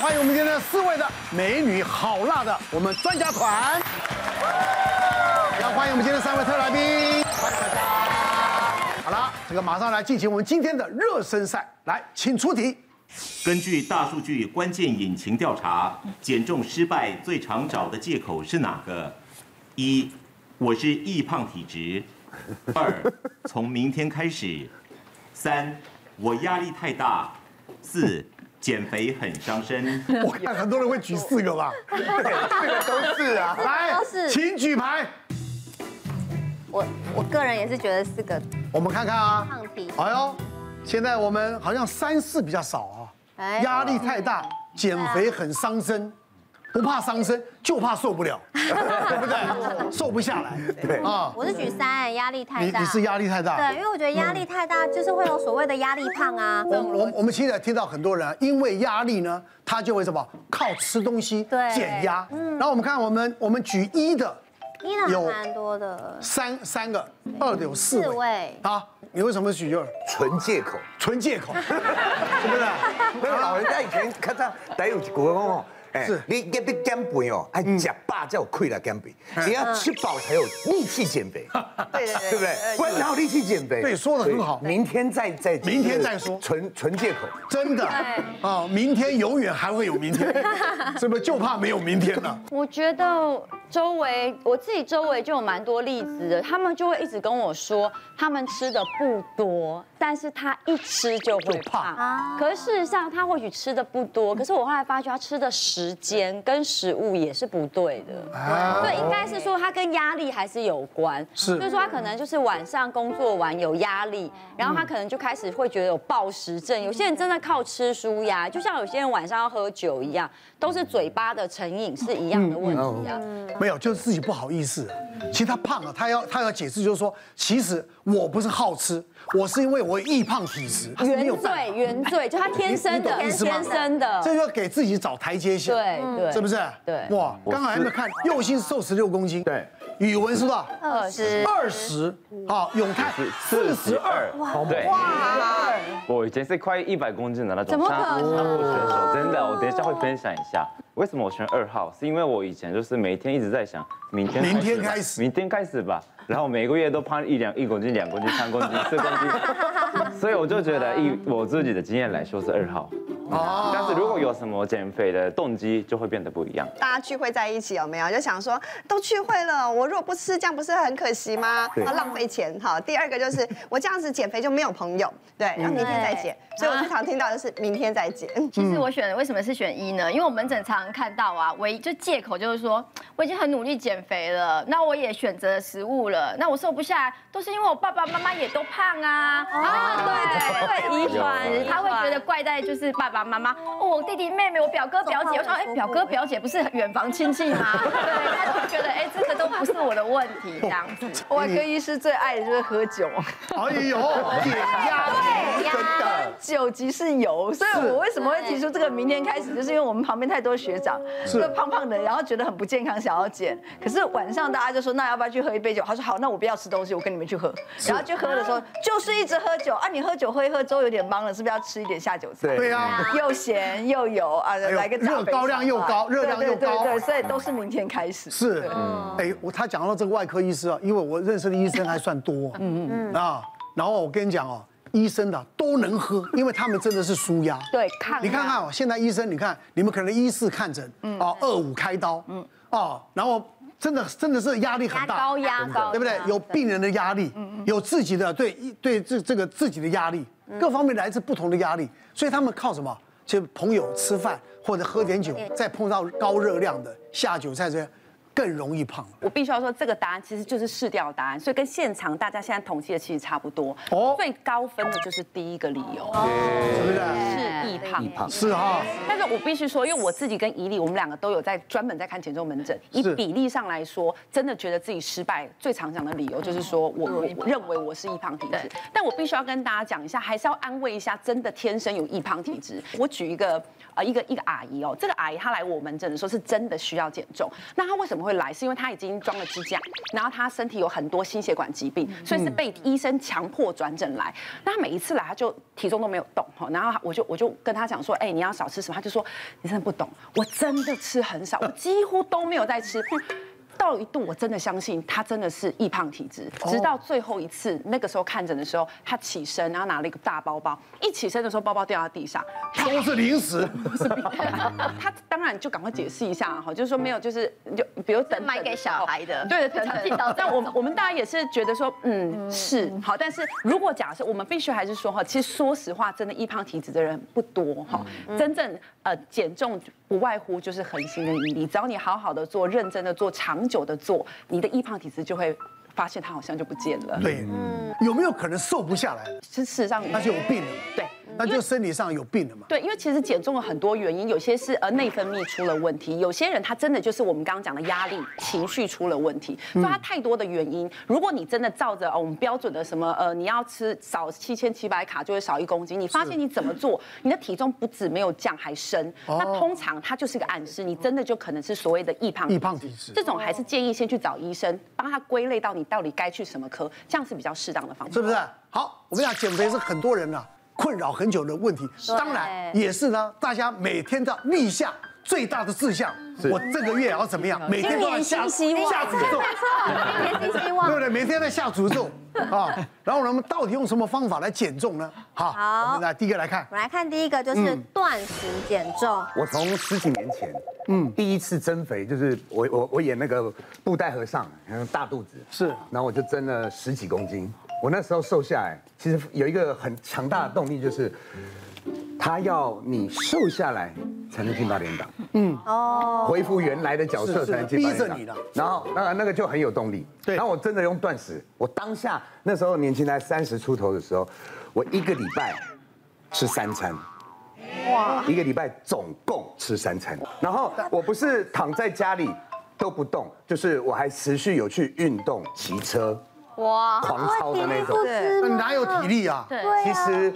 欢迎我们今天的四位的美女好辣的我们专家团，也要欢迎我们今天的三位特来宾，欢迎大家。好了，这个马上来进行我们今天的热身赛，来，请出 题。根据大数据关键引擎调查，减重失败最常找的借口是哪个？一，我是易胖体质；二，从明天开始；三，我压力太大；四，减肥很伤身。我看很多人会举四个吧，这个 都是啊。 来都，是请举牌，我我个人也是觉得四个我们看看啊。抗体，哎呦，现在我们好像三四比较少啊，哎压力太大，减肥很伤身，不怕伤身，就怕瘦不 了，对不对？瘦不下来，对啊，我是举三，哎压力太你大。你是压力太大，对，因为我觉得压力太大，就是会有所谓的压力胖啊。我我我们现在听到很多人啊因为压力呢，他就会什么靠吃东西对嗯减压。然后我们看我们我们举一的一呢还有蛮多的，三三个，二的有四四位位啊。你为什么举二？纯借口。纯借口， 是不是？那个老人家以前较早，台有一句话讲哦，哎是嗯你要要减肥哦，爱吃饱才有气力减肥，你要吃饱才有力气减 肥，对对对，对不对？不然哪有力气减肥？对说得很好所以明天再再，明天再说纯纯借口。真的啊，明天永远还会有明 天，是不是？就怕没有明天了。我觉得周围我自己周围就有蛮多例子的，他们就会一直跟我说，他们吃的不多，但是他一吃就会就胖胖。可是事实上，他或许吃的不多，可是我后来发觉他吃的时间跟食物也是不对的。啊，对，应该是说他跟压力还是有关，是就是说他可能就是晚上工作完有压力，然后他可能就开始会觉得有暴食症。有些人真的靠吃舒压，就像有些人晚上要喝酒一样，都是嘴巴的成瘾是一嗯样的问题啊。没有，就是自己不好意思。其实他胖了，他要他要解释，就是说，其实我不是好吃，我是因为我有易胖体质，他是没有原办法罪，原罪，就他天生你的，懂意思吗天生的，这就要给自己找台阶下，对对是不是？对哇，刚才还没有看，右心瘦十六公斤，对，语文是吧？二嗯十二十，好，永泰四十二，对，我以前是快一百公斤的那种，怎么可沙能沙漠选手，真的，我等一下会分享一下。为什么我选二号？是因为我以前就是每天一直在想，明天明天吧开始明天开始吧。然后每个月都胖一两一公斤、两公斤、三公斤、四公 斤，所以我就觉得以我自己的经验来说是二号。哦但是如果有什么减肥的动机，就会变得不一样。大家聚会在一起有没有？就想说都聚会了，我如果不吃，这样不是很可惜吗？对啊浪费钱哈。第二个就是我这样子减肥就没有朋友，对，然后明天再减。所以我最常听到的是明天再减。其实我选为什么是选一呢？因为我门诊常常看到啊，唯一就借口就是说我已经很努力减肥了，那我也选择了食物了，那我瘦不下来，都是因为我爸爸妈妈也都胖啊。啊，对对对，遗哎传遗传他会觉得怪在就是爸爸妈妈，哦，我弟弟妹妹，我表哥表姐，我想哎，表哥表姐不是远房亲戚吗？ 对，他就觉得哎，这个都不是我的问题这样子。外科医师最爱的就是喝酒，哎呦，解压，酒即是油，所以我为什么会提出这个明天开始，就是因为我们旁边太多学长是都胖胖的，然后觉得很不健康，想要减。可是晚上大家就说，那要不要去喝一杯酒？他说好，那我不要吃东西，我跟你们去喝。然后去喝的时候，就是一直喝酒啊，你喝酒喝一喝，粥有点忙了，是不是要吃一点下酒菜？对啊呀，对，又咸又油啊，呦来个炸热高量又高肥肠啊热量又对对高对对，所以都是明天开始。是，哎，我他讲到这个外科医师啊，因为我认识的医生还算多，嗯嗯啊，然后我跟你讲哦，医生的都能喝，因为他们真的是舒压，对抗压你看看哦，现在医生，你看你们可能一四看诊，哦二五开刀，嗯哦，然后真的真的是压力很大，高压高压对不啊对？嗯有病人的压力，有自己的对对这这个自己的压力，各方面来自不同的压力，所以他们靠什么？就朋友吃饭或者喝点酒，再碰到高热量的下酒菜这样，更容易胖。我必须要说，这个答案其实就是试调答案，所以跟现场大家现在统计的其实差不多。哦最高分的就是第一个理由是不是？是易胖。是啊哈，但是我必须说，因为我自己跟怡丽，我们两个都有在专门在看减重门诊。以是比例上来说，真的觉得自己失败最常讲的理由就是说我我我认为我是易胖体质对。但我必须要跟大家讲一下，还是要安慰一下真的天生有易胖体质。我举一个呃一个一个阿姨哦，这个阿姨她来我门诊的时候是真的需要减重。那她为什么么会来，是因为他已经装了支架，然后他身体有很多心血管疾病，所以是被医生强迫转诊来。那他每一次来，他就体重都没有动哈，然后我就我就跟他讲说，哎，你要少吃什么？他就说你真的不懂，我真的吃很少，我几乎都没有在吃。 到一度我真的相信他真的是易胖体质，直到最后一次那个时候看诊的时候，他起身然后拿了一个大包包，一起身的时候包包掉到地上，都是零食， 他当然就赶快解释一下哈，就是说没有，就是就比如等买给小孩的对常等听到 这。等但我们我们大家也是觉得说，嗯，是好，但是如果假设我们必须还是说哈，其实说实话，真的易胖体质的人不多哈，嗯真正呃减重不外乎就是恒心跟毅力，只要你好好的做，认真的做，长久的做，你的易胖体质就会发现它好像就不见了。对，有没有可能瘦不下来？是事实上那就有病了，对。那就生理上有病了嘛。对，因为其实减重有很多原因，有些是呃内分泌出了问题，有些人他真的就是我们刚刚讲的压力、情绪出了问题，所以嗯他太多的原因。如果你真的照着、呃、我们标准的什么呃，你要吃少七千七百卡就会少一公斤，你发现你怎么做，你的体重不止没有降还升，哦那通常它就是个暗示，你真的就可能是所谓的易胖易胖体质这种还是建议先去找医生，帮他归类到你到底该去什么科，这样是比较适当的方法。是不是？啊好，我们讲减肥是很多人呢、困扰很久的问题，当然也是呢，大家每天的立下最大的志向，我这个月要怎么样，每天都要下新希望下诅咒，一年希望对不对？每天在下诅咒啊，然后呢我们到底用什么方法来减重呢？好，好我们来第一个来看，我们来看第一个，嗯就是断食减重。我从十几年前，嗯，第一次增肥就是我我我演那个布袋和尚，然后大肚子是然后我就增了十几公斤。我那时候瘦下来，其实有一个很强大的动力，就是他要你瘦下来才能进八点档，嗯，恢复原来的角是色是才能进八逼着点档。你的然后那那个就很有动力。对然后我真的用断食，我当下那时候年轻才三十出头的时候，我一个礼拜吃三餐。哇！一个礼拜总共吃三餐，然后我不是躺在家里都不动，就是我还持续有去运动、骑车，哇，狂会操的停那种肚啊子吗哪有体力啊？其实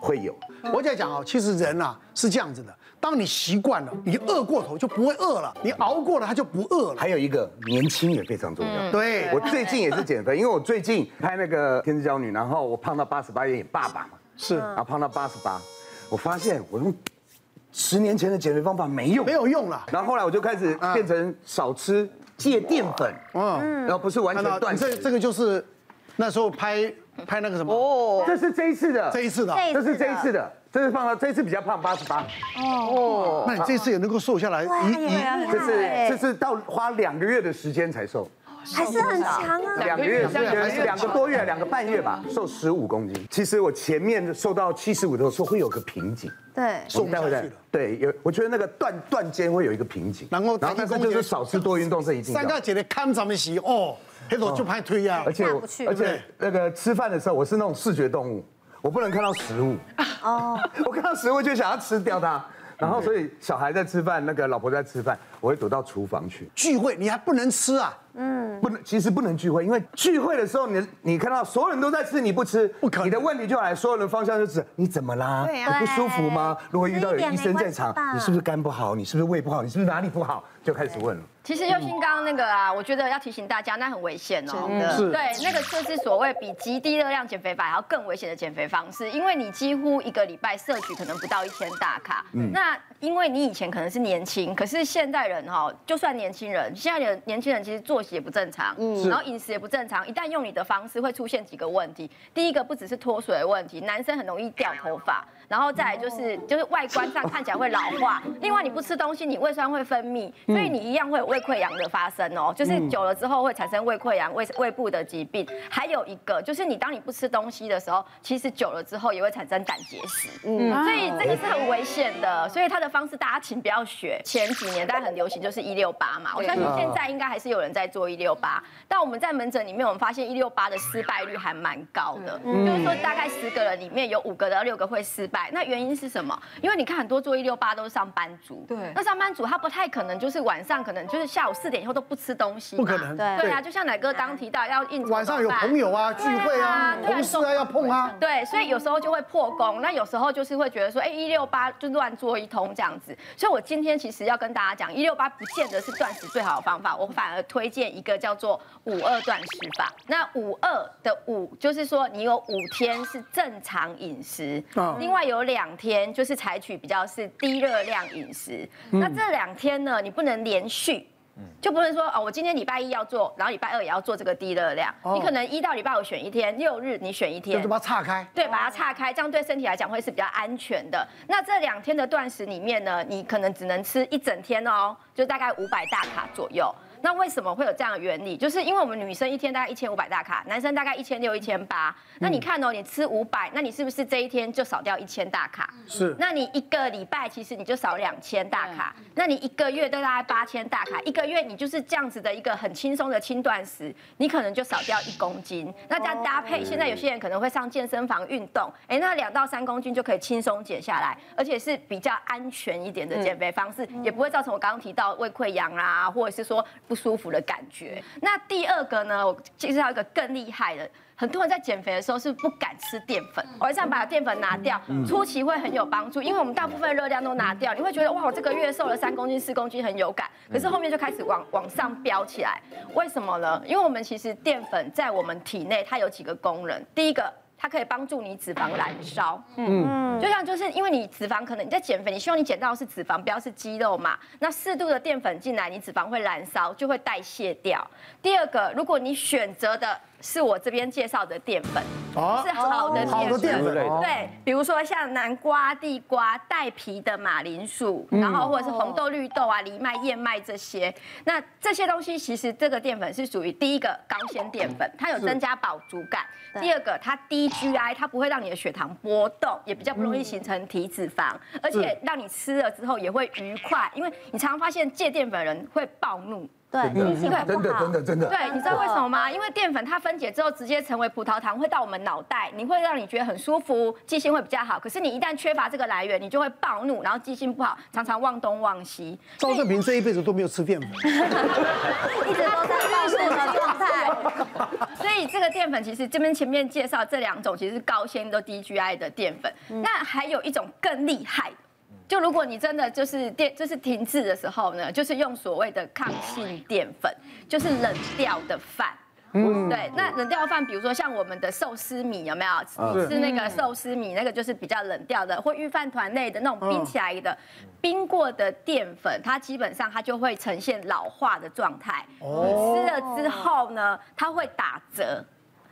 会有。我在讲啊，其实人啊是这样子的，当你习惯了，你饿过头就不会饿了，你熬过了它就不饿了。还有一个年轻也非常重要。对我最近也是减肥，因为我最近拍那个《天之娇女》，然后我胖到八十八，也演爸爸嘛，是然后胖到八十八，我发现我用十年前的减肥方法没用，没有用了。然后后来我就开始变成少吃、戒淀粉，嗯，然后不是完看全到断你这食。这个就是那时候拍拍那个什么哦，这是这一次的，这一次的啊，这这是这一次的，这是胖到这一次比较胖八十八，哦那你这次也能够瘦下来，啊哎一一这是这是到花两个月的时间才瘦，欸还是很强啊。两个月时间，两个多月，两个半月吧，瘦十五公斤。其实我前面瘦到七十五的时候会有个瓶颈，对，瘦不待下会再去了。对，有我觉得那个断断间会有一个瓶颈，然后然后但是就是少吃多运动是一定三的大。姐姐看咱们席哦，黑总就拍推啊而，且下我不去而且对那个吃饭的时候，我是那种视觉动物，我不能看到食物。哦， 我看到食物就想要吃掉它，然嗯后所以小孩在吃饭，那个老婆在吃饭，我会躲到厨房去。聚会你还不能吃啊，不能，其实不能聚会，因为聚会的时候你，你看到所有人都在吃，你不吃，不可能你的问题就来，所有人方向就是你怎么啦？对啊你不舒服吗？如果遇到有医生在吃一点没关场系吧，你是不是肝不好？你是不是胃不好？你是不是哪里不好？就开始问了。其实佑兴刚刚那个啊，我觉得要提醒大家，那很危险哦。真的是对，那个就是所谓比极低热量减肥法还要更危险的减肥方式，因为你几乎一个礼拜摄取可能不到一千大卡。那因为你以前可能是年轻，可是现代人哈、就算年轻人，现在人年轻人其实作息也不正常，然后饮食也不正常，一旦用你的方式会出现几个问题。第一个不只是脱水的问题，男生很容易掉头发，然后再来就是就是外观上看起来会老化，另外你不吃东西，你胃酸会分泌，所以你一样会有胃溃疡的发生哦，就是久了之后会产生胃溃疡、胃胃部的疾病。还有一个就是你当你不吃东西的时候，其实久了之后也会产生胆结石，嗯，所以这个是很危险的，所以它的方式大家请不要学。前几年大家很流行就是一六八嘛，我相信现在应该还是有人在做一六八，但我们在门诊里面我们发嗯现一六八的失败率还蛮高的，就是说大概十个人里面有五个到六个会失败。百。那原因是什么？因为你看很多做一六八都是上班族，对那上班族他不太可能就是晚上可能就是下午四点以后都不吃东西嘛，不可能对啊，对就像奶哥刚提到要应酬晚上有怎么办朋友啊、聚会啊、对啊同事啊要碰啊，对，所以有时候就会破功，那有时候就是会觉得说，哎，一六八就乱做一通这样子。所以我今天其实要跟大家讲，一六八不见得是断食最好的方法，我反而推荐一个叫做五二断食法。那五二的五就是说你有五天是正常饮食，嗯另外有两天就是采取比较是低热量饮食。嗯那这两天呢，你不能连续。就不能说哦，我今天礼拜一要做，然后礼拜二也要做这个低热量。哦你可能一到礼拜五选一天，六日你选一就天这，么岔开。对，把它岔开，这样对身体来讲会是比较安全的。那这两天的断食里面呢，你可能只能吃一整天哦，就大概五百大卡左右。那为什么会有这样的原理？就是因为我们女生一天大概一千五百大卡，男生大概一千六、一千八。那你看哦，你吃五百，那你是不是这一天就少掉一千大卡？是那你一个礼拜其实你就少两千大卡，那你一个月都大概八千大卡，一个月你就是这样子的一个很轻松的轻断食，你可能就少掉一公斤。那这样搭配，现在有些人可能会上健身房运动，哎，那两到三公斤就可以轻松减下来，而且是比较安全一点的减肥方式，也不会造成我刚刚提到胃溃疡啦，或者是说不舒服的感觉。那第二个呢，我介绍一个更厉害的。很多人在减肥的时候是不敢吃淀粉，我想把淀粉拿掉，初期会很有帮助，因为我们大部分热量都拿掉，你会觉得哇，我这个月瘦了三公斤、四公斤很有感，可是后面就开始往往上飙起来，为什么呢？因为我们其实淀粉在我们体内它有几个功能，第一个。它可以帮助你脂肪燃烧，嗯，就像就是因为你脂肪可能你在减肥，你希望你减到的是脂肪，不要是肌肉嘛。那适度的淀粉进来，你脂肪会燃烧，就会代谢掉。第二个，如果你选择的是我这边介绍的淀粉，哦是，好的好的淀粉。粉，哦对，比如说像南瓜、地瓜、带皮的马铃薯，然后或者是红豆、绿豆啊、藜麦、燕麦这些。那这些东西其实这个淀粉是属于第一个高纤淀粉，它有增加饱足感；第二个它低 GI，它不会让你的血糖波动，也比较不容易形成体脂肪，而且让你吃了之后也会愉快，因为你常常发现戒淀粉的人会暴怒。对，真脾气的会真不的好真。的真的，对，你知道为什么吗？因为淀粉它分解之后直接成为葡萄糖，会到我们脑袋，你会让你觉得很舒服，记性会比较好。可是你一旦缺乏这个来源，你就会暴怒，然后记性不好，常常忘东忘西。赵正平这一辈子都没有吃淀粉。一直都在暴怒的状 态。所以这个淀粉其实这边前面介绍这两种其实是高纤都低 GI 的淀粉，嗯那还有一种更厉害的。就如果你真的就是淀就是停滞的时候呢，就是用所谓的抗性淀粉，就是冷掉的饭。嗯，对，那冷掉的饭，比如说像我们的寿司米，有没有？吃那个寿司米，那个就是比较冷掉的，或御饭团类的那种冰起来的、冰过的淀粉，它基本上它就会呈现老化的状态。哦你吃了之后呢，它会打折。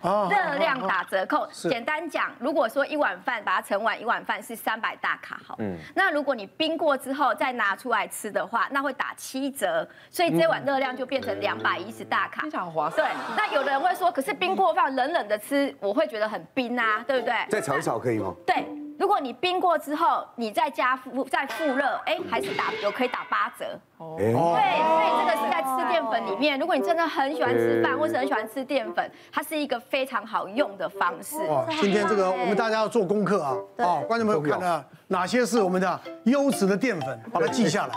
哦热量打折扣。是简单讲，如果说一碗饭把它盛完，一碗饭是三百大卡好。嗯那如果你冰过之后再拿出来吃的话，那会打七折，所以这嗯碗热量就变成两百一十大卡。非常划对算。，那有的人会说，可是冰过饭冷冷的吃，我会觉得很冰嗯啊，对不对？再炒一炒可以吗？对，如果你冰过之后，你再加复再复热，哎，还是打有可以打八折。哦哎，对，所以这个是在吃淀粉里面，如果你真的很喜欢吃饭，或是很喜欢吃淀粉，它是一个非常好用的方式。哦，今天这个我们大家要做功课啊，哦，观众朋友看了哪些是我们的优质的淀粉，把它记下来。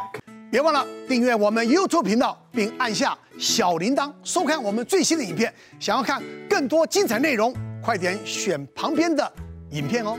别忘了订阅我们 YouTube 频道，并按下小铃铛，收看我们最新的影片。想要看更多精彩内容，快点选旁边的影片哦。